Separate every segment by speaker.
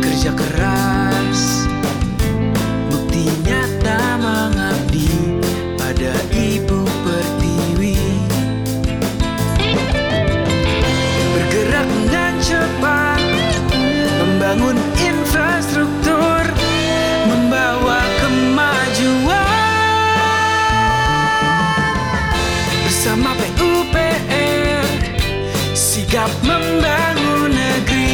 Speaker 1: kerja keras bukti nyata mengabdi pada ibu pertiwi bergerak dengan cepat membangun infrastruktur membawa kemajuan bersama PUPR sigap membangun negeri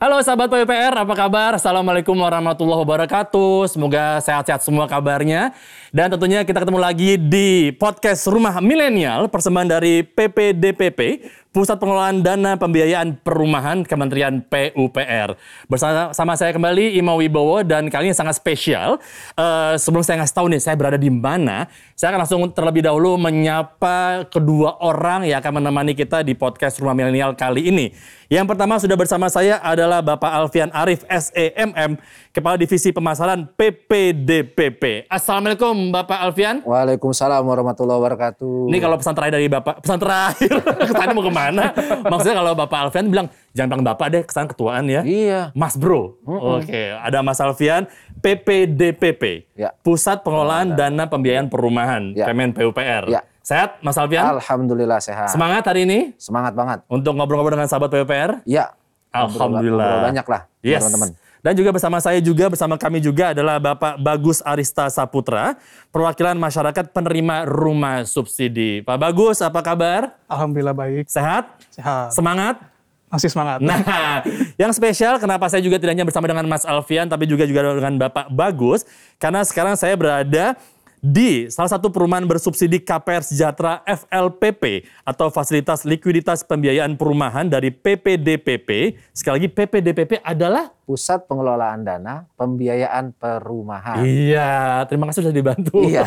Speaker 2: Halo sahabat PUPR, apa kabar? Assalamualaikum warahmatullahi wabarakatuh. Semoga sehat-sehat semua kabarnya. Dan tentunya kita ketemu lagi di podcast Rumah Milenial, persembahan dari PPDPP, Pusat Pengelolaan Dana Pembiayaan Perumahan Kementerian PUPR. Bersama sama saya kembali Ima Wibowo dan kali ini sangat spesial. Eh, sebelum saya ngasih tahu nih saya berada di mana, saya akan langsung terlebih dahulu menyapa kedua orang yang akan menemani kita di podcast Rumah Milenial kali ini. Yang pertama sudah bersama saya adalah Bapak Alfian Arif SEMM, Kepala Divisi Pemasaran PPDPP. Assalamualaikum Bapak Alfian.
Speaker 3: Waalaikumsalam warahmatullahi wabarakatuh.
Speaker 2: Ini kan- kalau pesan terakhir dari Bapak, pesan terakhir, kesannya mau kemana? Maksudnya kalau Bapak Alfian bilang, jangan bilang Bapak deh, kesan ketuaan ya.
Speaker 3: Iya.
Speaker 2: Mas Bro. Oke, ada Mas Alfian, PPDPP.
Speaker 3: Ya.
Speaker 2: Pusat Pengelolaan Dana Pembiayaan Perumahan,
Speaker 3: Ya.
Speaker 2: Kemen PUPR.
Speaker 3: Ya.
Speaker 2: Sehat Mas Alfian?
Speaker 3: Alhamdulillah sehat.
Speaker 2: Semangat hari ini
Speaker 3: Semangat banget.
Speaker 2: untuk ngobrol-ngobrol dengan sahabat PUPR.
Speaker 3: Iya.
Speaker 2: Alhamdulillah.
Speaker 3: Ngobrol Banyak lah
Speaker 2: Yes.
Speaker 3: Ya, teman-teman.
Speaker 2: Dan juga bersama saya juga, bersama kami juga adalah Bapak Bagus Arista Saputra, perwakilan masyarakat penerima rumah subsidi. Pak Bagus, apa kabar?
Speaker 4: Alhamdulillah baik,
Speaker 2: Sehat?
Speaker 4: sehat.
Speaker 2: Semangat?
Speaker 4: Masih semangat.
Speaker 2: Nah, yang spesial kenapa saya juga tidak hanya bersama dengan Mas Alfian tapi juga juga dengan Bapak Bagus karena sekarang saya berada di salah satu perumahan bersubsidi KPR Sejahtera FLPP atau Fasilitas Likuiditas Pembiayaan Perumahan dari PPDPP. Sekali lagi PPDPP adalah
Speaker 3: Pusat pengelolaan dana pembiayaan perumahan.
Speaker 2: Iya, terima kasih sudah dibantu.
Speaker 3: Iya.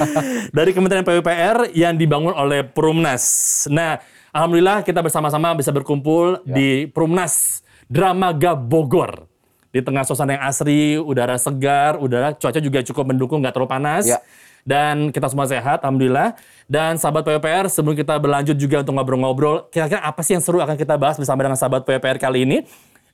Speaker 2: Dari Kementerian PUPR yang dibangun oleh Perumnas. Nah, alhamdulillah kita bersama-sama bisa berkumpul di Perumnas Dramaga Bogor. Di tengah suasana yang asri, udara segar, udara cuaca juga cukup mendukung, nggak terlalu panas.
Speaker 3: Iya.
Speaker 2: Dan kita semua sehat, alhamdulillah. Dan sahabat PUPR, sebelum kita berlanjut juga untuk ngobrol-ngobrol, kira-kira apa sih yang seru akan kita bahas bersama dengan sahabat PUPR kali ini?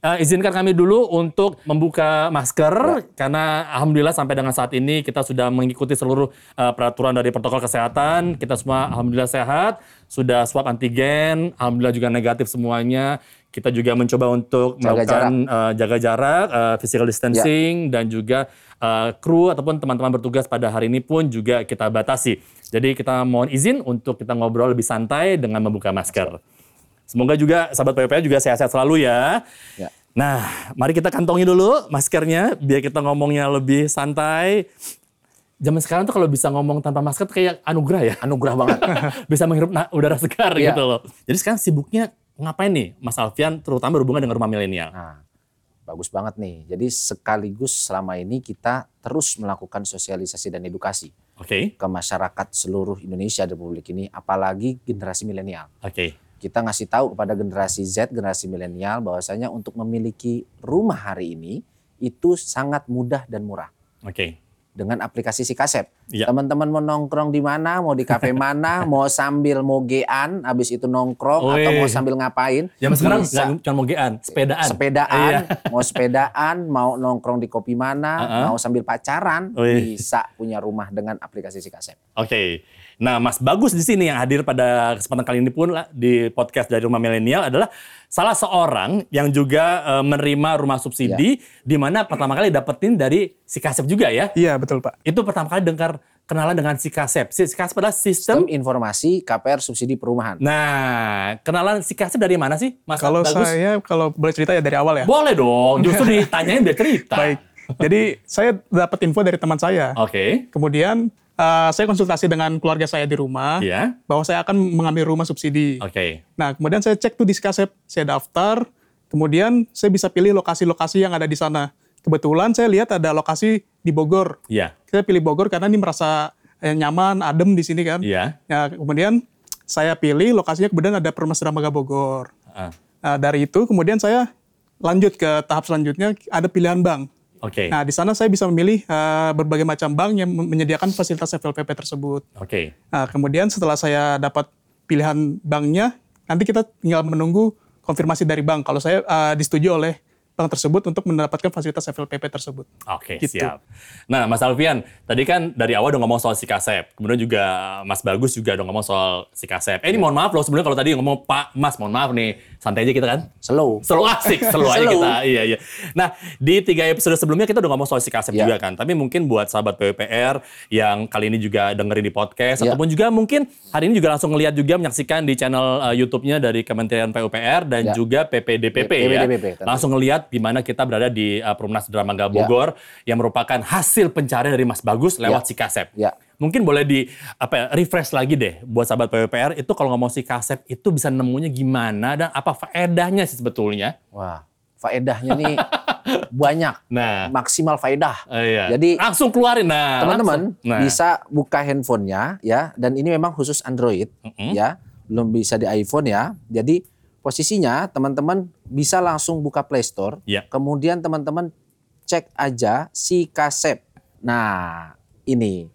Speaker 2: Eh, izinkan kami dulu untuk membuka masker karena alhamdulillah sampai dengan saat ini kita sudah mengikuti seluruh eh, peraturan dari protokol kesehatan. Kita semua alhamdulillah sehat, sudah swab antigen, alhamdulillah juga negatif semuanya. Kita juga mencoba untuk
Speaker 3: Jaga
Speaker 2: melakukan eh, jaga jarak, eh, physical distancing dan juga eh, kru ataupun teman-teman bertugas pada hari ini pun juga kita batasi. Jadi kita mohon izin untuk kita ngobrol lebih santai dengan membuka masker. Semoga juga sahabat PPR juga sehat-sehat selalu ya.
Speaker 3: Ya.
Speaker 2: Nah, mari kita kantongi dulu maskernya biar kita ngomongnya lebih santai. Zaman sekarang tuh kalau bisa ngomong tanpa masker tuh kayak anugerah ya.
Speaker 3: Anugerah banget.
Speaker 2: bisa menghirup na- udara segar
Speaker 3: Iya.
Speaker 2: gitu loh. Jadi sekarang sibuknya ngapain nih Mas Alfian terutama berhubungan dengan rumah milenial?
Speaker 3: Nah, bagus banget nih. Jadi sekaligus selama ini kita terus melakukan sosialisasi dan edukasi
Speaker 2: Oke.
Speaker 3: ke masyarakat seluruh Indonesia di republik ini, apalagi generasi milenial.
Speaker 2: Oke.
Speaker 3: kita ngasih tahu kepada generasi Z, generasi milenial bahwasanya untuk memiliki rumah hari ini itu sangat mudah dan murah
Speaker 2: Oke.
Speaker 3: dengan aplikasi si kasep.
Speaker 2: Iya.
Speaker 3: Teman-teman mau nongkrong di mana, mau di kafe mana, mau sambil mogean habis itu nongkrong atau
Speaker 2: Oi.
Speaker 3: mau sambil ngapain?
Speaker 2: Zaman sekarang
Speaker 3: bisa.
Speaker 2: nggak cuma mogean, sepedaan. Iya,
Speaker 3: sepedaan, mau sepedaan, mau nongkrong di kopi mana,
Speaker 2: Uh-uh.
Speaker 3: mau sambil pacaran,
Speaker 2: Oi.
Speaker 3: bisa punya rumah dengan aplikasi si kasep.
Speaker 2: Oke. Nah, Mas Bagus di sini yang hadir pada kesempatan kali ini pun lah, di podcast dari Rumah Milenial adalah salah seorang yang juga eh, menerima rumah subsidi di mana pertama kali dapetin dari si Kasep juga ya.
Speaker 4: Iya betul Pak.
Speaker 2: Itu pertama kali dengar kenalan dengan si Kasep. Si, si Kasep adalah sistem
Speaker 3: Sistem informasi KPR subsidi perumahan.
Speaker 2: Nah, kenalan si Kasep dari mana sih? Mas
Speaker 4: Kalau
Speaker 2: Bagus?
Speaker 4: saya kalau boleh cerita ya dari awal ya.
Speaker 2: Boleh dong, justru ditanyain biar cerita.
Speaker 4: Baik. Jadi saya dapat info dari teman saya.
Speaker 2: Oh. Oke.
Speaker 4: Kemudian eh, saya konsultasi dengan keluarga saya di rumah
Speaker 2: Iya. Oh.
Speaker 4: bahwa saya akan mengambil rumah subsidi.
Speaker 2: Oke.
Speaker 4: Nah kemudian saya cek tuh di Skasep, saya daftar. Kemudian saya bisa pilih lokasi-lokasi yang ada di sana. Kebetulan saya lihat ada lokasi di Bogor.
Speaker 2: Iya.
Speaker 4: Saya pilih Bogor karena ini merasa eh, nyaman, adem di sini kan.
Speaker 2: Iya.
Speaker 4: Ya, kemudian saya pilih lokasinya kemudian ada Permas Dramaga Bogor.
Speaker 2: Ah,
Speaker 4: Nah, dari itu kemudian saya lanjut ke tahap selanjutnya ada pilihan bank.
Speaker 2: Oke.
Speaker 4: Nah, di sana saya bisa memilih eh, berbagai macam bank yang men- menyediakan fasilitas FLPP tersebut.
Speaker 2: Oke.
Speaker 4: Nah, kemudian setelah saya dapat pilihan banknya. Nanti kita tinggal menunggu konfirmasi dari bank. Kalau saya eh, disetujui oleh bank tersebut untuk mendapatkan fasilitas FLPP tersebut.
Speaker 2: Oke,
Speaker 4: Gitu.
Speaker 2: siap. Nah, Mas Alfian, tadi kan dari awal udah ngomong soal Sikasep. Kemudian juga eh, Mas Bagus juga udah ngomong soal Sikasep. Eh, ini mohon maaf loh sebenarnya kalau tadi ngomong Pak Mas, mohon maaf nih. Santai aja kita kan.
Speaker 3: Slow.
Speaker 2: Selalu asik, selalu aja
Speaker 3: Slow.
Speaker 2: kita. Iya, iya. Nah, di tiga episode sebelumnya kita udah ngomong soal Sikasep
Speaker 3: Iya.
Speaker 2: juga kan. Tapi mungkin buat sahabat PWPR yang kali ini juga dengerin di podcast.
Speaker 3: Iya.
Speaker 2: Ataupun juga mungkin hari ini juga langsung ngeliat juga menyaksikan di channel eh, YouTube-nya dari Kementerian PUPR dan
Speaker 3: Iya.
Speaker 2: juga PPDPP ya.
Speaker 3: PPDPP, tentu.
Speaker 2: Langsung ngelihat di mana kita berada di eh, Perumnas Dramangga Bogor yang merupakan hasil pencarian dari Mas Bagus lewat
Speaker 3: Ya.
Speaker 2: Sikasep.
Speaker 3: Ya.
Speaker 2: Mungkin boleh di apa ya, refresh lagi deh buat sahabat PWPR itu kalau ngomong Sikasep itu bisa nemunya gimana dan apa faedahnya sih sebetulnya?
Speaker 3: Wah, faedahnya nih banyak.
Speaker 2: Nah.
Speaker 3: Maksimal faedah.
Speaker 2: Eh, iya.
Speaker 3: Jadi
Speaker 2: langsung keluarin nah.
Speaker 3: teman-teman
Speaker 2: langsung. Nah,
Speaker 3: bisa buka handphonenya ya dan ini memang khusus Android ya belum bisa di iPhone ya jadi posisinya teman-teman bisa langsung buka Play Store
Speaker 2: Ya.
Speaker 3: kemudian teman-teman cek aja si kasep nah ini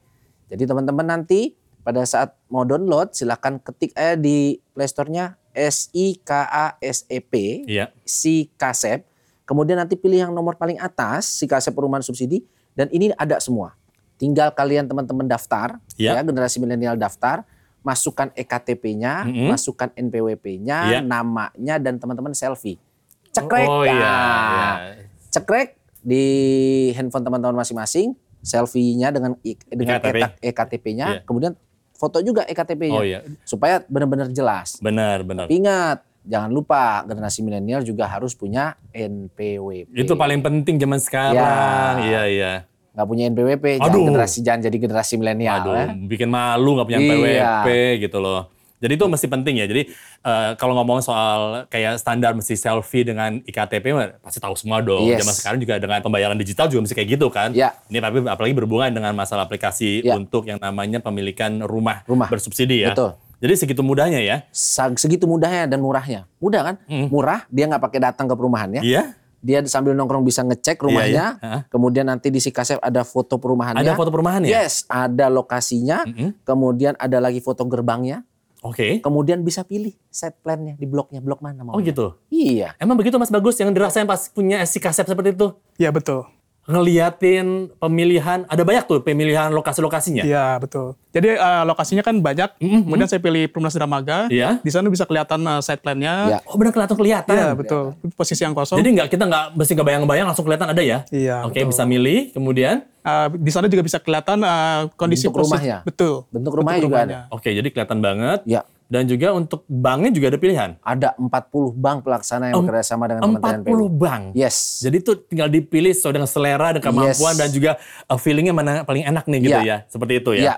Speaker 3: jadi teman-teman nanti pada saat mau download silahkan ketik aja di Play Store-nya S I K A S E P
Speaker 2: Iya.
Speaker 3: si kasep. Kemudian nanti pilih yang nomor paling atas, si kasep perumahan subsidi. Dan ini ada semua. Tinggal kalian teman-teman daftar,
Speaker 2: Ya.
Speaker 3: ya generasi milenial daftar, masukkan E EKTP-nya,
Speaker 2: Mhm.
Speaker 3: masukkan NPWP-nya,
Speaker 2: Ya.
Speaker 3: namanya, dan teman-teman selfie. Cekrek,
Speaker 2: Oh, iya,
Speaker 3: Nah,
Speaker 2: iya.
Speaker 3: cekrek di handphone teman-teman masing-masing, selfie-nya dengan i- dengan E
Speaker 2: EKTP.
Speaker 3: cetak EKTP-nya,
Speaker 2: Iya.
Speaker 3: kemudian foto juga E EKTP-nya,
Speaker 2: Oh, iya.
Speaker 3: supaya benar-benar jelas.
Speaker 2: benar benar.
Speaker 3: Tapi ingat, jangan lupa generasi milenial juga harus punya NPWP.
Speaker 2: Itu paling penting zaman sekarang.
Speaker 3: Ya.
Speaker 2: Iya, iya.
Speaker 3: nggak punya NPWP, jangan
Speaker 2: Aduh.
Speaker 3: generasi jangan jadi generasi milenial.
Speaker 2: Aduh,
Speaker 3: ya.
Speaker 2: bikin malu nggak punya
Speaker 3: Iya.
Speaker 2: PWP gitu loh. Jadi itu mesti penting ya. Jadi eh, kalau ngomong soal kayak standar mesti selfie dengan IKTP mah pasti tahu semua dong.
Speaker 3: Yes.
Speaker 2: Zaman sekarang juga dengan pembayaran digital juga mesti kayak gitu kan.
Speaker 3: Iya.
Speaker 2: Ini tapi apalagi berhubungan dengan masalah aplikasi
Speaker 3: Iya.
Speaker 2: untuk yang namanya pemilikan rumah,
Speaker 3: Rumah.
Speaker 2: bersubsidi ya.
Speaker 3: Betul.
Speaker 2: Jadi segitu mudahnya ya.
Speaker 3: Sa- Segitu mudahnya dan murahnya. Mudah kan? Murah, dia nggak pakai datang ke perumahannya.
Speaker 2: Hmm. Iya.
Speaker 3: Dia sambil nongkrong bisa ngecek
Speaker 2: iya.
Speaker 3: rumahnya.
Speaker 2: Heeh.
Speaker 3: Kemudian nanti di Sikasep ada foto perumahannya.
Speaker 2: Ada foto perumahan ya?
Speaker 3: Yes, ada lokasinya. Kemudian ada lagi foto gerbangnya.
Speaker 2: Oke.
Speaker 3: Kemudian bisa pilih set plan-nya di bloknya. Blok mana mau.
Speaker 2: Oh gitu.
Speaker 3: Iya.
Speaker 2: Emang begitu Mas Bagus yang dirasain pas punya SC kasep seperti itu?
Speaker 4: Ya betul.
Speaker 2: Ngeliatin pemilihan, ada banyak tuh pemilihan lokasi-lokasinya.
Speaker 4: Iya betul. Jadi eh, lokasinya kan banyak. Kemudian saya pilih Perumnas Dramaga.
Speaker 2: Iya.
Speaker 4: Di sana bisa kelihatan eh, site
Speaker 3: Iya.
Speaker 4: plan-nya.
Speaker 2: Oh benar kelihatan kelihatan.
Speaker 4: Iya betul. Posisi yang kosong.
Speaker 2: Jadi nggak kita nggak mesti nggak bayang-bayang langsung kelihatan ada ya.
Speaker 4: Iya,
Speaker 2: Oke bisa milih kemudian.
Speaker 4: Eh, di sana juga bisa kelihatan eh, kondisi
Speaker 3: Bentuk
Speaker 4: persis-
Speaker 3: rumahnya.
Speaker 4: Betul.
Speaker 3: Bentuk rumahnya juga ada.
Speaker 2: Oke jadi kelihatan banget.
Speaker 3: Iya.
Speaker 2: Dan juga untuk banknya juga ada pilihan.
Speaker 3: Ada 40 bank pelaksana yang
Speaker 2: Em-
Speaker 3: bekerja sama dengan
Speaker 2: 40
Speaker 3: Kementerian PU.
Speaker 2: bank.
Speaker 3: Yes.
Speaker 2: Jadi itu tinggal dipilih sesuai dengan selera dan kemampuan
Speaker 3: Yes.
Speaker 2: dan juga uh, feelingnya mana paling enak nih gitu
Speaker 3: Iya.
Speaker 2: ya. Seperti itu ya.
Speaker 3: Iya.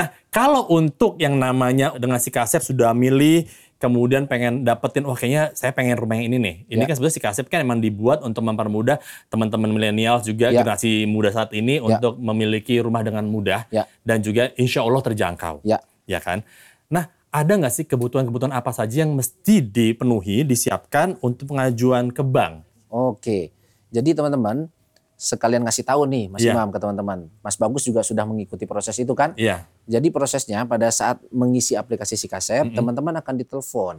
Speaker 2: Nah kalau untuk yang namanya dengan si kasep sudah milih kemudian pengen dapetin wah kayaknya saya pengen rumah yang ini nih. Ini
Speaker 3: Iya.
Speaker 2: kan sebenarnya si kasep kan emang dibuat untuk mempermudah teman-teman milenial juga
Speaker 3: Iya.
Speaker 2: generasi muda saat ini untuk memiliki rumah dengan mudah
Speaker 3: Iya.
Speaker 2: dan juga insya Allah terjangkau.
Speaker 3: Iya.
Speaker 2: Ya kan? Nah ada nggak sih kebutuhan-kebutuhan apa saja yang mesti dipenuhi, disiapkan untuk pengajuan ke bank?
Speaker 3: Oke. Jadi teman-teman sekalian ngasih tahu nih Mas
Speaker 2: Iya.
Speaker 3: Imam ke teman-teman. Mas Bagus juga sudah mengikuti proses itu kan?
Speaker 2: Iya.
Speaker 3: Jadi prosesnya pada saat mengisi aplikasi Sikasep, teman-teman akan ditelepon.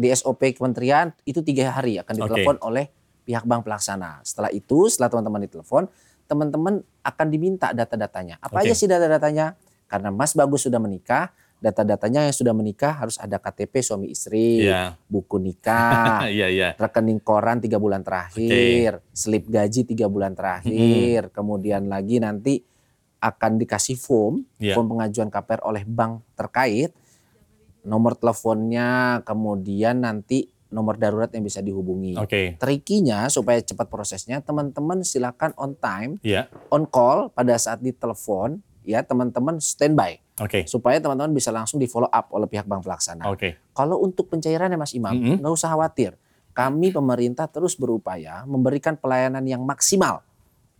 Speaker 3: Di SOP kementerian itu tiga hari akan ditelepon oleh pihak bank pelaksana. Setelah itu, setelah teman-teman ditelepon, teman-teman akan diminta data-datanya. Apa
Speaker 2: Oke.
Speaker 3: aja sih data-datanya? Karena Mas Bagus sudah menikah, data-datanya yang sudah menikah harus ada KTP suami istri,
Speaker 2: Iya.
Speaker 3: buku nikah,
Speaker 2: Ah, iya iya.
Speaker 3: rekening koran tiga bulan terakhir, slip gaji tiga bulan terakhir, kemudian lagi nanti akan dikasih form,
Speaker 2: Iya.
Speaker 3: form pengajuan KPR oleh bank terkait, nomor teleponnya, kemudian nanti nomor darurat yang bisa dihubungi.
Speaker 2: Oke.
Speaker 3: Trikinya supaya cepat prosesnya, teman-teman silakan on time,
Speaker 2: Iya.
Speaker 3: on call pada saat ditelepon, ya teman-teman standby
Speaker 2: Oke.
Speaker 3: supaya teman-teman bisa langsung di follow up oleh pihak bank pelaksana.
Speaker 2: Oke.
Speaker 3: Kalau untuk pencairannya Mas Imam,
Speaker 2: Mm-mm.
Speaker 3: nggak usah khawatir. Kami pemerintah terus berupaya memberikan pelayanan yang maksimal.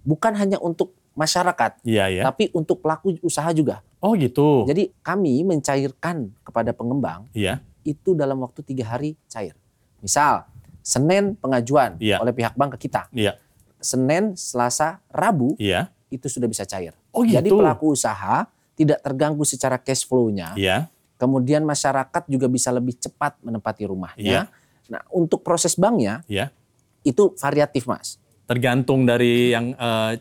Speaker 3: Bukan hanya untuk masyarakat,
Speaker 2: Iya iya.
Speaker 3: tapi untuk pelaku usaha juga.
Speaker 2: Oh gitu.
Speaker 3: Jadi kami mencairkan kepada pengembang
Speaker 2: Iya.
Speaker 3: itu dalam waktu tiga hari cair. Misal, Senin pengajuan
Speaker 2: Iya.
Speaker 3: oleh pihak bank ke kita.
Speaker 2: Iya.
Speaker 3: Senin, Selasa, Rabu
Speaker 2: Iya.
Speaker 3: itu sudah bisa cair.
Speaker 2: Oh,
Speaker 3: Jadi
Speaker 2: gitu.
Speaker 3: pelaku usaha tidak terganggu secara cash flow-nya
Speaker 2: Iya.
Speaker 3: Kemudian masyarakat juga bisa lebih cepat menempati rumahnya. Nah, untuk proses banknya
Speaker 2: Ya.
Speaker 3: itu variatif, Mas.
Speaker 2: Tergantung dari yang eh,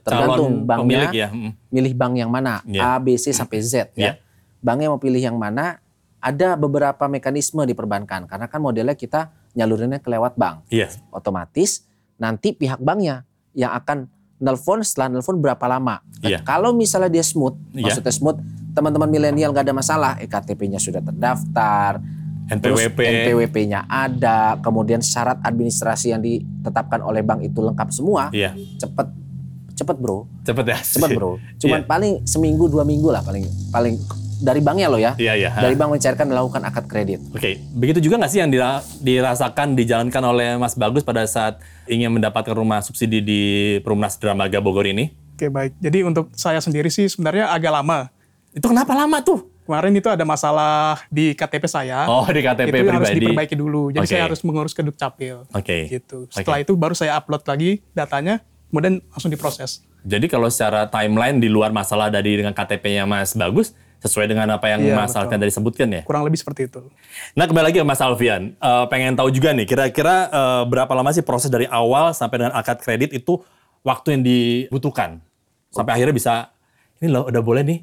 Speaker 2: calon
Speaker 3: Tergantung banknya,
Speaker 2: pemilik ya. Hmm.
Speaker 3: milih bank yang mana,
Speaker 2: Ya.
Speaker 3: A, B, C sampai Z
Speaker 2: Ya.
Speaker 3: ya. Banknya mau pilih yang mana, ada beberapa mekanisme di perbankan karena kan modelnya kita nyalurinnya ke lewat bank.
Speaker 2: Iya.
Speaker 3: otomatis nanti pihak banknya yang akan nelfon setelah nelfon berapa lama.
Speaker 2: Iya.
Speaker 3: Kalau misalnya dia smooth,
Speaker 2: Iya.
Speaker 3: maksudnya smooth, teman-teman milenial nggak ada masalah, E ektp-nya sudah terdaftar, terus
Speaker 2: NPWP.
Speaker 3: NPWP-nya ada, kemudian syarat administrasi yang ditetapkan oleh bank itu lengkap semua,
Speaker 2: Iya.
Speaker 3: cepet cepet bro,
Speaker 2: Cepet ya.
Speaker 3: cepet bro. Cuman
Speaker 2: Iya.
Speaker 3: paling seminggu dua minggu lah paling paling dari banknya loh ya.
Speaker 2: Iya, iya.
Speaker 3: Dari bank mencairkan melakukan akad kredit.
Speaker 2: Oke, begitu juga nggak sih yang dira- dirasakan dijalankan oleh Mas Bagus pada saat ingin mendapatkan rumah subsidi di Perumnas Dramaga Bogor ini?
Speaker 4: Oke baik. Jadi untuk saya sendiri sih sebenarnya agak lama.
Speaker 2: Itu kenapa lama tuh?
Speaker 4: Kemarin itu ada masalah di KTP saya.
Speaker 2: Oh, di KTP
Speaker 4: itu harus
Speaker 2: pribadi.
Speaker 4: diperbaiki dulu. Jadi
Speaker 2: Oke.
Speaker 4: saya harus mengurus ke Dukcapil.
Speaker 2: Oke.
Speaker 4: Gitu.
Speaker 2: Oke.
Speaker 4: Setelah itu baru saya upload lagi datanya, kemudian langsung diproses.
Speaker 2: Jadi kalau secara timeline di luar masalah dari dengan KTP-nya Mas Bagus sesuai dengan apa yang
Speaker 4: Iya,
Speaker 2: Mas Alfian tadi sebutkan ya.
Speaker 4: Kurang lebih seperti itu.
Speaker 2: Nah kembali lagi ke Mas Alfian, Eh, pengen tahu juga nih kira-kira eh, berapa lama sih proses dari awal sampai dengan akad kredit itu waktu yang dibutuhkan sampai akhirnya bisa ini loh udah boleh nih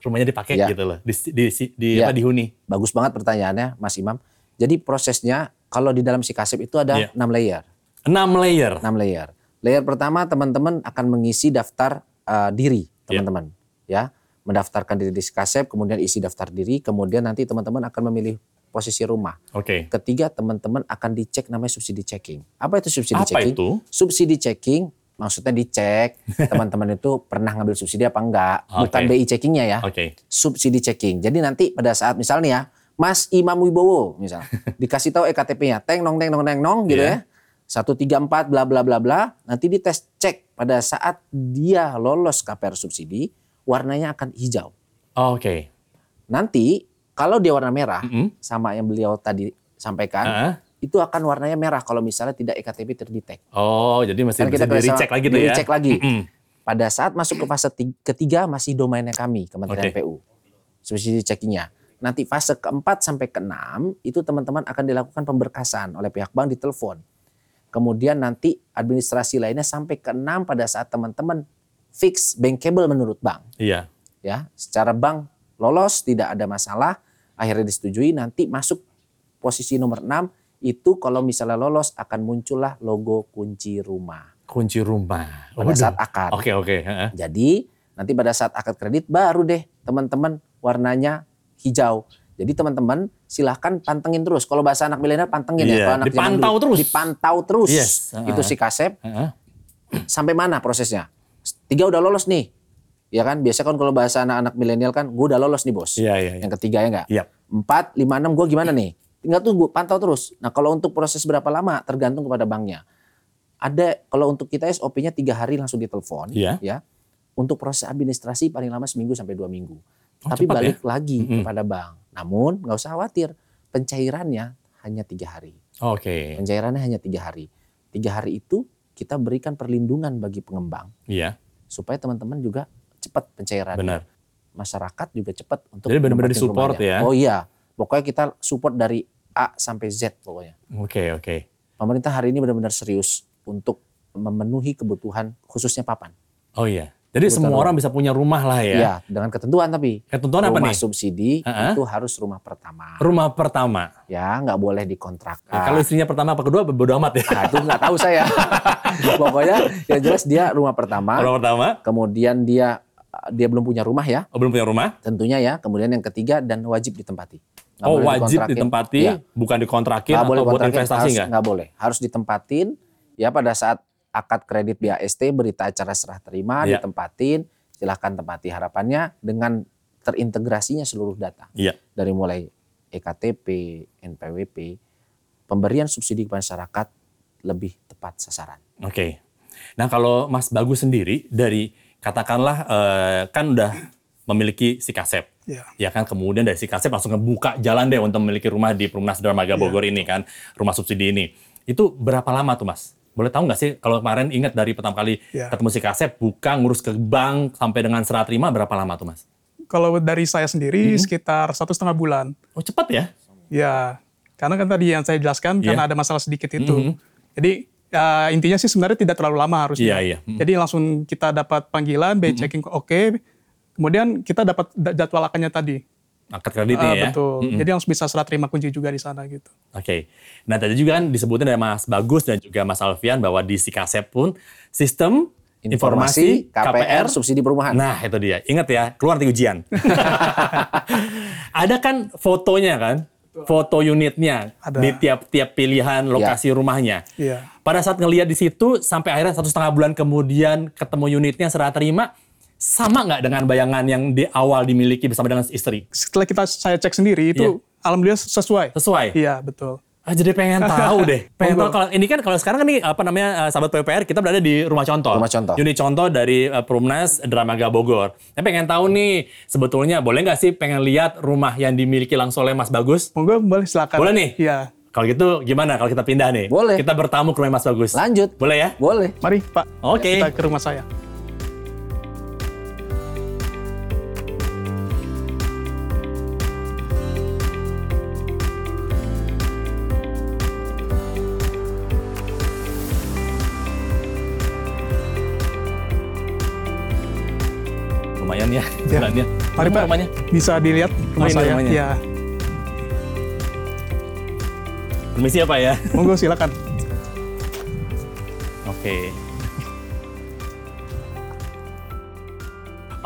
Speaker 2: rumahnya dipakai
Speaker 3: Iya.
Speaker 2: gitu loh di di, di
Speaker 3: Iya.
Speaker 2: apa, dihuni.
Speaker 3: Bagus banget pertanyaannya Mas Imam. Jadi prosesnya kalau di dalam Sikasep itu
Speaker 2: Iya.
Speaker 3: ada enam layer.
Speaker 2: 6 layer.
Speaker 3: 6 layer. Layer pertama teman-teman akan mengisi daftar eh, diri
Speaker 2: Iya.
Speaker 3: teman-teman ya. Mendaftarkan diri di Sikasep, kemudian isi daftar diri, kemudian nanti teman-teman akan memilih posisi rumah.
Speaker 2: Oke.
Speaker 3: Ketiga, teman-teman akan dicek namanya subsidi checking. Apa itu subsidi
Speaker 2: Apa
Speaker 3: checking?
Speaker 2: itu?
Speaker 3: Subsidi checking maksudnya dicek teman-teman itu pernah ngambil subsidi apa enggak. Bukan
Speaker 2: Oke.
Speaker 3: BI checkingnya ya
Speaker 2: Oke.
Speaker 3: subsidi checking. Jadi nanti pada saat misalnya ya, Mas Imam Wibowo misal dikasih tahu "Eh, EKTP-nya, teng nong teng nong teng nong gitu
Speaker 2: Iya.
Speaker 3: ya. 134 bla bla bla bla, nanti dites cek pada saat dia lolos KPR subsidi, warnanya akan hijau.
Speaker 2: Oke.
Speaker 3: Nanti kalau dia warna merah
Speaker 2: Mm-mm.
Speaker 3: sama yang beliau tadi sampaikan,
Speaker 2: Ah.
Speaker 3: itu akan warnanya merah kalau misalnya tidak E EKTP terdetek.
Speaker 2: Oh, jadi masih
Speaker 3: Kan
Speaker 2: bisa
Speaker 3: kita biasa
Speaker 2: dicek lagi tuh ya.
Speaker 3: dicek lagi.
Speaker 2: Mm-mm.
Speaker 3: Pada saat masuk ke fase ti- ketiga masih domainnya kami Kementerian
Speaker 2: Oke.
Speaker 3: PU. Subsidi checkingnya. Nanti fase keempat sampai keenam itu teman-teman akan dilakukan pemberkasan oleh pihak bank di telepon. Kemudian nanti administrasi lainnya sampai keenam pada saat teman-teman fix bankable menurut bank
Speaker 2: Iya.
Speaker 3: ya. Secara bank lolos tidak ada masalah akhirnya disetujui nanti masuk posisi nomor enam itu kalau misalnya lolos akan muncullah logo kunci rumah
Speaker 2: Kunci rumah.
Speaker 3: pada
Speaker 2: Waduh.
Speaker 3: saat akad.
Speaker 2: Oke, oke. Heeh.
Speaker 3: Jadi nanti pada saat akad kredit baru deh teman-teman warnanya hijau. Jadi teman-teman silahkan pantengin terus. Kalau bahasa anak milenial pantengin
Speaker 2: Iya,
Speaker 3: ya. Kalau anak zaman
Speaker 2: dipantau
Speaker 3: dulu.
Speaker 2: terus.
Speaker 3: Dipantau terus.
Speaker 2: Yes, uh-uh.
Speaker 3: Itu si kasep.
Speaker 2: Heeh.
Speaker 3: Sampai mana prosesnya? Tiga udah lolos nih. Ya kan? Biasa kan kalau bahasa anak-anak milenial kan gue udah lolos nih bos.
Speaker 2: Iya, iya, iya.
Speaker 3: Yang ketiga ya enggak?
Speaker 2: Yap.
Speaker 3: Empat, lima, enam gue gimana nih? Tinggal tunggu, pantau terus. Nah kalau untuk proses berapa lama tergantung kepada banknya. Ada kalau untuk kita SOP-nya tiga hari langsung ditelepon,
Speaker 2: Iya.
Speaker 3: ya. Untuk proses administrasi paling lama seminggu sampai dua minggu.
Speaker 2: Oh,
Speaker 3: Tapi
Speaker 2: cepat ya?
Speaker 3: balik lagi kepada bank. Namun nggak usah khawatir, pencairannya hanya tiga hari.
Speaker 2: Oke.
Speaker 3: Pencairannya hanya tiga hari. Tiga hari itu kita berikan perlindungan bagi pengembang
Speaker 2: Iya,
Speaker 3: supaya teman-teman juga cepat pencairannya
Speaker 2: benar.
Speaker 3: masyarakat juga cepat untuk
Speaker 2: Jadi benar-benar
Speaker 3: menempatin
Speaker 2: disupport
Speaker 3: rumahnya.
Speaker 2: ya?
Speaker 3: Oh iya, pokoknya kita support dari A sampai Z pokoknya.
Speaker 2: Oke, oke.
Speaker 3: Pemerintah hari ini benar-benar serius untuk memenuhi kebutuhan khususnya papan.
Speaker 2: Oh iya. Jadi semua orang bisa punya rumah lah ya.
Speaker 3: Iya, dengan ketentuan tapi.
Speaker 2: Ketentuan apa
Speaker 3: rumah
Speaker 2: nih?
Speaker 3: subsidi
Speaker 2: Ha-ha.
Speaker 3: itu harus rumah pertama.
Speaker 2: Rumah pertama.
Speaker 3: Ya, nggak boleh dikontrakan.
Speaker 2: Ya, Kalau istrinya pertama apa kedua bodo amat ya.
Speaker 3: Ah. Nah, itu nggak tahu saya. pokoknya yang jelas dia rumah pertama.
Speaker 2: Rumah pertama,
Speaker 3: Kemudian dia dia belum punya rumah ya,
Speaker 2: oh, belum punya rumah.
Speaker 3: tentunya ya. Kemudian yang ketiga dan wajib ditempati. Nggak
Speaker 2: Oh
Speaker 3: boleh
Speaker 2: wajib
Speaker 3: dikontrakin.
Speaker 2: ditempati,
Speaker 3: Iya.
Speaker 2: bukan dikontrakin
Speaker 3: Nggak
Speaker 2: atau buat
Speaker 3: kontrakin,
Speaker 2: investasi
Speaker 3: harus-
Speaker 2: nggak?
Speaker 3: nggak boleh. Harus ditempatin ya pada saat akad kredit BAST berita acara serah terima
Speaker 2: Iya.
Speaker 3: ditempatin, silahkan tempati harapannya dengan terintegrasinya seluruh data
Speaker 2: Iya.
Speaker 3: dari mulai E EKTP, NPWP, pemberian subsidi ke masyarakat lebih tepat sasaran.
Speaker 2: Oke. Nah kalau Mas Bagus sendiri dari katakanlah eh, kan udah memiliki si kasep.
Speaker 4: Iya.
Speaker 2: Ya kan kemudian dari si kasep langsung ngebuka jalan deh untuk memiliki rumah di Perumnas Dermaga
Speaker 3: Iya.
Speaker 2: Bogor ini kan, rumah subsidi ini. Itu berapa lama tuh Mas? Boleh tahu nggak sih kalau kemarin ingat dari pertama kali
Speaker 4: Iya.
Speaker 2: ketemu si kasep buka ngurus ke bank sampai dengan serah terima berapa lama tuh Mas?
Speaker 4: kalau dari saya sendiri
Speaker 2: Mm-hmm.
Speaker 4: sekitar satu setengah bulan.
Speaker 2: Oh cepat ya?
Speaker 4: Ya, karena kan tadi yang saya jelaskan karena
Speaker 2: Iya.
Speaker 4: ada masalah sedikit itu. Jadi ya, intinya sih sebenarnya tidak terlalu lama
Speaker 2: Iya,
Speaker 4: harusnya.
Speaker 2: iya. Mm-hmm. Mm.
Speaker 4: Jadi langsung kita dapat panggilan, by checking oke. Kemudian kita dapat da- jadwal akannya tadi.
Speaker 2: Angkat kreditnya
Speaker 4: Ah,
Speaker 2: ya?
Speaker 4: Betul. Jadi langsung bisa serah terima kunci juga di sana gitu.
Speaker 2: Oke. Nah tadi juga kan disebutin dari Mas Bagus dan juga Mas Alfian bahwa di Sikasep pun sistem informasi, KPR,
Speaker 3: subsidi perumahan.
Speaker 2: Nah itu dia. Ingat ya, keluar nanti ujian. Ada kan fotonya kan? Foto unitnya
Speaker 4: Ada.
Speaker 2: di tiap-tiap pilihan lokasi rumahnya.
Speaker 4: Iya.
Speaker 2: Pada saat ngelihat di situ sampai akhirnya satu setengah bulan kemudian ketemu unitnya serah terima, sama nggak dengan bayangan yang di awal dimiliki bersama dengan istri?
Speaker 4: Setelah kita saya cek sendiri itu alhamdulillah sesuai.
Speaker 2: Iya. Sesuai?
Speaker 4: Iya, betul.
Speaker 2: Ah, jadi pengen tahu deh. Pengen tahu
Speaker 4: Monggo.
Speaker 2: kalau ini kan kalau sekarang kan nih apa namanya eh, sahabat PPR kita berada di rumah contoh.
Speaker 3: Rumah contoh.
Speaker 2: Unit contoh dari eh, Perumnas Dramaga Bogor. Saya pengen tahu nih sebetulnya boleh nggak sih pengen lihat rumah yang dimiliki langsung oleh Mas Bagus?
Speaker 4: Monggo boleh silakan.
Speaker 2: Boleh nih?
Speaker 4: Iya.
Speaker 2: Kalau gitu gimana kalau kita pindah nih?
Speaker 3: Boleh.
Speaker 2: Kita bertamu ke rumah Mas Bagus.
Speaker 3: Lanjut.
Speaker 2: Boleh ya?
Speaker 3: Boleh.
Speaker 4: Mari, Pak.
Speaker 2: Oke.
Speaker 4: Kita ke rumah saya.
Speaker 2: Lumayan ya
Speaker 4: Ya.
Speaker 2: jalannya.
Speaker 4: Mari, Pak.
Speaker 2: Rumahnya. Oh,
Speaker 4: Bisa dilihat rumah
Speaker 2: ini
Speaker 4: saya.
Speaker 2: rumahnya.
Speaker 4: Iya.
Speaker 2: Permisi ya Pak ya.
Speaker 4: Monggo silakan.
Speaker 2: Oke.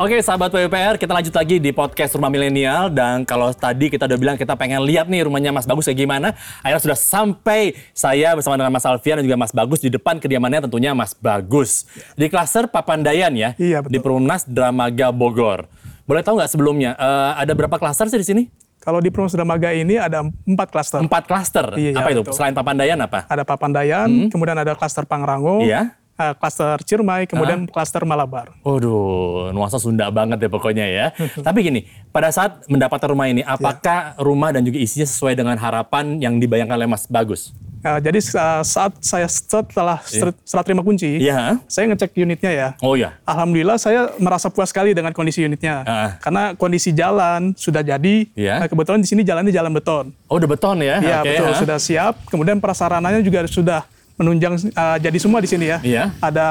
Speaker 2: Oke sahabat PPR, kita lanjut lagi di podcast Rumah Milenial dan kalau tadi kita udah bilang kita pengen lihat nih rumahnya Mas Bagus kayak gimana, akhirnya sudah sampai saya bersama dengan Mas Alfian dan juga Mas Bagus di depan kediamannya tentunya Mas Bagus di klaster Papandayan ya,
Speaker 4: Iya, betul.
Speaker 2: di Perumnas Dramaga Bogor. Boleh tahu nggak sebelumnya eh, ada berapa klaster sih di sini?
Speaker 4: Kalau di Perumnas Dermaga ini ada empat klaster.
Speaker 2: Empat klaster.
Speaker 4: Iya,
Speaker 2: apa itu?
Speaker 4: betul.
Speaker 2: Selain Papandayan apa?
Speaker 4: Ada Papandayan, kemudian ada klaster Pangrango,
Speaker 2: Hmm. Iya. Ah.
Speaker 4: eh, klaster Ciremai, kemudian klaster Malabar.
Speaker 2: Waduh, nuansa Sunda banget ya pokoknya ya. Tapi gini, pada saat mendapatkan rumah ini, apakah
Speaker 4: Ya.
Speaker 2: rumah dan juga isinya sesuai dengan harapan yang dibayangkan oleh Mas Bagus?
Speaker 4: Eh, jadi eh, saat saya setelah ser- serah terima kunci,
Speaker 2: Iya.
Speaker 4: saya ngecek unitnya ya.
Speaker 2: Oh ya,
Speaker 4: Alhamdulillah saya merasa puas sekali dengan kondisi unitnya.
Speaker 2: Ah.
Speaker 4: Karena kondisi jalan sudah jadi.
Speaker 2: Iya.
Speaker 4: Nah, kebetulan di sini jalannya jalan beton.
Speaker 2: oh udah beton ya?
Speaker 4: Iya
Speaker 2: Oke,
Speaker 4: betul
Speaker 2: ha?
Speaker 4: sudah siap. Kemudian prasarananya juga sudah menunjang eh, jadi semua di sini ya.
Speaker 2: Iya.
Speaker 4: Ada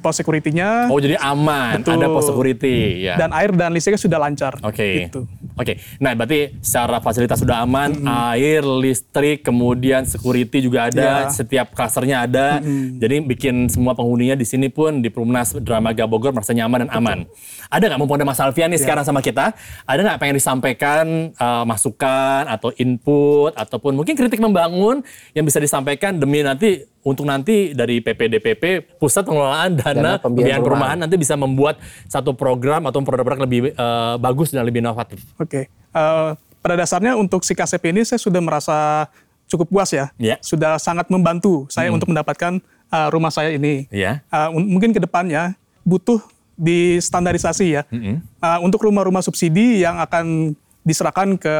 Speaker 4: pos security-nya
Speaker 2: Oh jadi aman,
Speaker 4: Betul.
Speaker 2: ada pos security ya.
Speaker 4: dan air dan listriknya sudah lancar.
Speaker 2: Oke.
Speaker 4: Gitu.
Speaker 2: Oke. Nah, berarti secara fasilitas sudah aman, air, listrik, kemudian security juga ada,
Speaker 4: Iya.
Speaker 2: setiap klasternya ada. Jadi bikin semua penghuninya di sini pun di Perumnas Dramaga Bogor merasa nyaman dan aman. Ada nggak mumpung ada Mas Alfian
Speaker 4: Iya.
Speaker 2: nih sekarang sama kita, ada nggak pengen disampaikan eh, masukan atau input ataupun mungkin kritik membangun yang bisa disampaikan demi nanti untuk nanti dari PPDPP Pusat Pengelolaan Dana,
Speaker 3: Dana Pembiayaan
Speaker 2: Pembiayaan
Speaker 3: Perumahan.
Speaker 2: Perumahan nanti bisa membuat satu program atau produk-produk lebih eh, bagus dan lebih inovatif.
Speaker 4: Oke. Eh, pada dasarnya untuk si kasep ini saya sudah merasa cukup puas ya.
Speaker 2: Iya.
Speaker 4: Sudah sangat membantu saya
Speaker 2: Hmm.
Speaker 4: untuk mendapatkan eh, rumah saya ini.
Speaker 2: Iya.
Speaker 4: Eh, un- mungkin ke depannya butuh di standarisasi ya.
Speaker 2: Hmm.
Speaker 4: Eh, untuk rumah-rumah subsidi yang akan diserahkan ke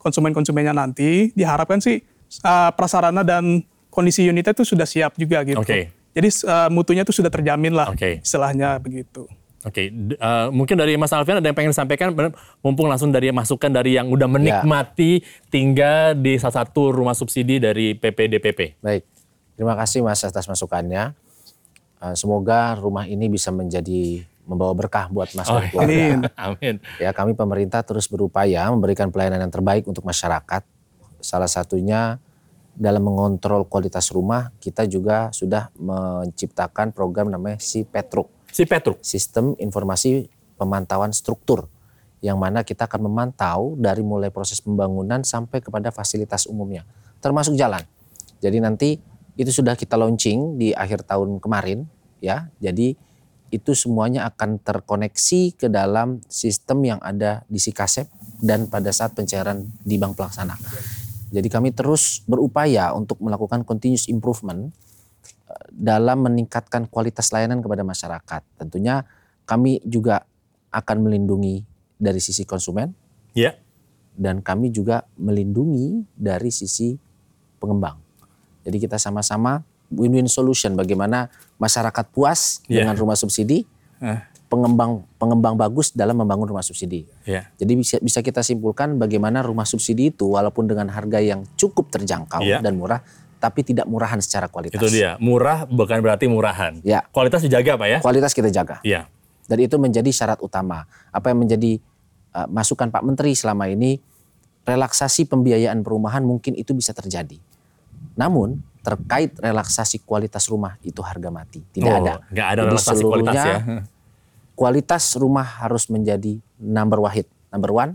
Speaker 4: konsumen-konsumennya nanti, diharapkan sih eh, prasarana dan kondisi unitnya itu sudah siap juga gitu.
Speaker 2: Oke.
Speaker 4: Jadi eh, mutunya itu sudah terjamin lah
Speaker 2: Oke.
Speaker 4: istilahnya begitu.
Speaker 2: Oke, d- eh, mungkin dari Mas Alfian ada yang pengen disampaikan, bener- mumpung langsung dari masukan dari yang udah
Speaker 3: Ya.
Speaker 2: menikmati tinggal di salah satu rumah subsidi dari PPDPP.
Speaker 3: Baik, terima kasih Mas atas masukannya. Eh, Semoga rumah ini bisa menjadi membawa berkah buat
Speaker 2: Oh,
Speaker 3: Mas
Speaker 2: iya.
Speaker 3: dan keluarga.
Speaker 4: Amin.
Speaker 2: Amin.
Speaker 3: Ya, kami pemerintah terus berupaya memberikan pelayanan yang terbaik untuk masyarakat. Salah satunya dalam mengontrol kualitas rumah, kita juga sudah menciptakan program namanya si Petruk,
Speaker 2: Si Petruk.
Speaker 3: Sistem Informasi Pemantauan Struktur, yang mana kita akan memantau dari mulai proses pembangunan sampai kepada fasilitas umumnya, termasuk jalan. Jadi nanti itu sudah kita launching di akhir tahun kemarin, ya. Jadi itu semuanya akan terkoneksi ke dalam sistem yang ada di Sikasep dan pada saat pencairan di bank pelaksana. Jadi kami terus berupaya untuk melakukan continuous improvement eh, dalam meningkatkan kualitas layanan kepada masyarakat. Tentunya kami juga akan melindungi dari sisi konsumen
Speaker 2: Ya.
Speaker 3: dan kami juga melindungi dari sisi pengembang. Jadi kita sama-sama win-win solution bagaimana masyarakat puas
Speaker 2: Iya. Ah.
Speaker 3: dengan rumah subsidi, pengembang pengembang bagus dalam membangun rumah subsidi.
Speaker 2: Iya.
Speaker 3: Jadi bisa bisa kita simpulkan bagaimana rumah subsidi itu walaupun dengan harga yang cukup terjangkau
Speaker 2: Iya.
Speaker 3: dan murah, tapi tidak murahan secara kualitas.
Speaker 2: Itu dia, murah bukan berarti murahan.
Speaker 3: Ya.
Speaker 2: Kualitas dijaga Pak ya?
Speaker 3: Kualitas kita jaga.
Speaker 2: Iya.
Speaker 3: Dan itu menjadi syarat utama. Apa yang menjadi eh, masukan Pak Menteri selama ini, relaksasi pembiayaan perumahan mungkin itu bisa terjadi. Namun terkait relaksasi kualitas rumah itu harga mati, tidak
Speaker 2: Oh,
Speaker 3: ada.
Speaker 2: nggak ada
Speaker 3: Jadi
Speaker 2: relaksasi kualitas
Speaker 3: seluruhnya,
Speaker 2: ya.
Speaker 3: Kualitas rumah harus menjadi number wahid, number one,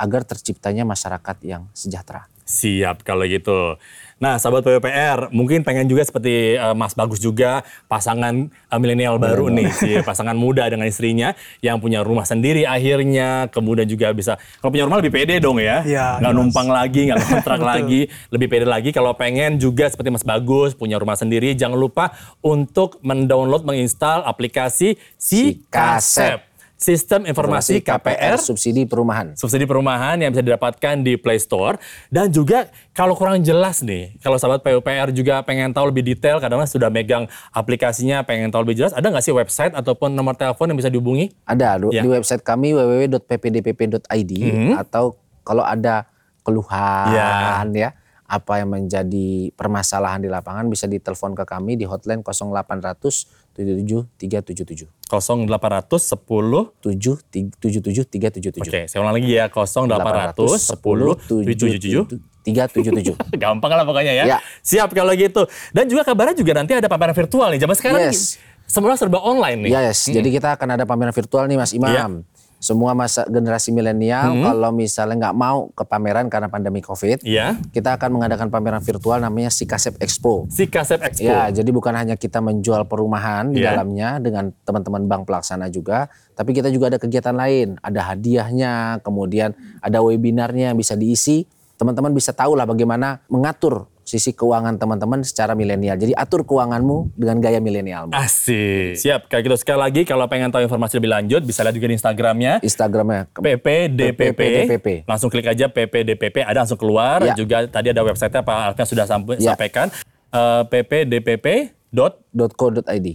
Speaker 3: agar terciptanya masyarakat yang sejahtera.
Speaker 2: Siap kalau gitu. Nah, sahabat PPR, mungkin pengen juga seperti eh, Mas Bagus juga pasangan eh, milenial baru
Speaker 4: Iya.
Speaker 2: nih, si pasangan muda dengan istrinya yang punya rumah sendiri akhirnya, kemudian juga bisa kalau punya rumah lebih pede dong ya.
Speaker 4: Iya,
Speaker 2: nggak
Speaker 4: jelas.
Speaker 2: numpang lagi, nggak kontrak lagi, lebih pede lagi kalau pengen juga seperti Mas Bagus punya rumah sendiri, jangan lupa untuk mendownload, menginstal aplikasi si Kasep. Sistem Informasi KPR
Speaker 3: subsidi perumahan.
Speaker 2: subsidi perumahan yang bisa didapatkan di Play Store dan juga kalau kurang jelas nih kalau sahabat PUPR juga pengen tahu lebih detail kadang sudah megang aplikasinya pengen tahu lebih jelas ada nggak sih website ataupun nomor telepon yang bisa dihubungi
Speaker 3: Ada du-
Speaker 2: Ya. Hmm.
Speaker 3: di website kami www.ppdpp.id atau kalau ada keluhan
Speaker 2: Ya.
Speaker 3: ya. apa yang menjadi permasalahan di lapangan bisa ditelepon ke kami di hotline 0800 77377
Speaker 2: 0810
Speaker 3: 77377.
Speaker 2: Oke, saya ulang lagi ya 0810 777
Speaker 3: 377.
Speaker 2: Gampang lah pokoknya ya.
Speaker 3: Ya.
Speaker 2: Siap kalau gitu. Dan juga kabarnya juga nanti ada pameran virtual nih. Zaman sekarang
Speaker 3: Yes.
Speaker 2: semua serba online nih.
Speaker 3: Ya, Yes, jadi kita akan ada pameran virtual nih Mas Imam.
Speaker 2: Iya.
Speaker 3: Semua masa generasi milenial kalau misalnya nggak mau ke pameran karena pandemi Covid,
Speaker 2: Iya.
Speaker 3: kita akan mengadakan pameran virtual namanya Sikasep Expo.
Speaker 2: Si Kasep Expo.
Speaker 3: Ya, jadi bukan hanya kita menjual perumahan di
Speaker 2: Iya.
Speaker 3: dalamnya dengan teman-teman bank pelaksana juga, tapi kita juga ada kegiatan lain, ada hadiahnya, kemudian ada webinarnya yang bisa diisi. Teman-teman bisa tahu lah bagaimana mengatur sisi keuangan teman-teman secara milenial. Jadi atur keuanganmu dengan gaya milenialmu.
Speaker 2: Ah. Asik. Siap. Kayak gitu sekali lagi kalau pengen tahu informasi lebih lanjut bisa lihat juga di Instagramnya.
Speaker 3: Instagramnya ke-
Speaker 2: PPDPP.
Speaker 3: PPDPP.
Speaker 2: Langsung klik aja PPDPP, ada langsung keluar.
Speaker 3: Ya.
Speaker 2: Juga tadi ada websitenya Pak Alfian sudah sampai,
Speaker 3: Ya.
Speaker 2: sampaikan. Eh, PPDPP dot
Speaker 3: .co.id.
Speaker 2: .co.id.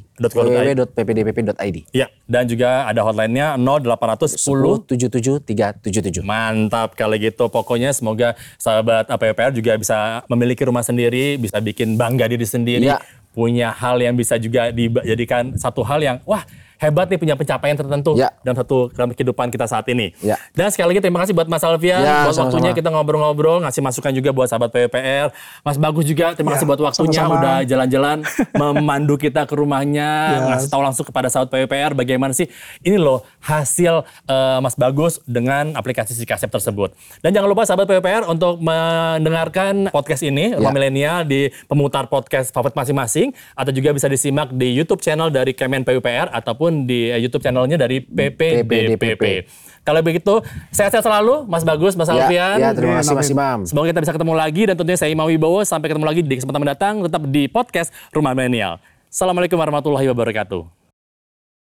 Speaker 3: www.ppdpp.id.
Speaker 2: ya dan juga ada hotline-nya 0810
Speaker 3: 1077377.
Speaker 2: Mantap kalau gitu. Pokoknya semoga sahabat APPR juga bisa memiliki rumah sendiri, bisa bikin bangga diri sendiri,
Speaker 3: Iya.
Speaker 2: punya hal yang bisa juga dijadikan satu hal yang wah hebat nih punya pencapaian tertentu
Speaker 3: Iya.
Speaker 2: dalam satu dalam kehidupan kita saat ini.
Speaker 3: Iya.
Speaker 2: Dan sekali lagi terima kasih buat Mas Alfian
Speaker 3: Iya,
Speaker 2: buat
Speaker 3: sama-sama.
Speaker 2: waktunya kita ngobrol-ngobrol, ngasih masukan juga buat sahabat PPR. Mas Bagus juga terima
Speaker 4: Iya,
Speaker 2: kasih buat waktunya
Speaker 4: sama-sama.
Speaker 2: udah jalan-jalan memandu kita ke rumahnya, ngasih tahu langsung kepada sahabat PUPR bagaimana sih ini loh hasil eh, Mas Bagus dengan aplikasi Sikasep tersebut. Dan jangan lupa sahabat PUPR untuk mendengarkan podcast ini Rumah
Speaker 3: Ya.
Speaker 2: Milenial di pemutar podcast favorit masing-masing atau juga bisa disimak di YouTube channel dari Kemen PUPR ataupun di eh, YouTube channelnya dari PPDPP.
Speaker 3: PPDPP.
Speaker 2: Kalau begitu sehat-sehat selalu Mas Bagus, Mas
Speaker 3: Ya,
Speaker 2: Alfian.
Speaker 3: ya, terima kasih Mas Imam.
Speaker 2: Semoga kita bisa ketemu lagi dan tentunya saya Imam Wibowo sampai ketemu lagi di kesempatan mendatang tetap di podcast Rumah Milenial. Assalamualaikum warahmatullahi wabarakatuh.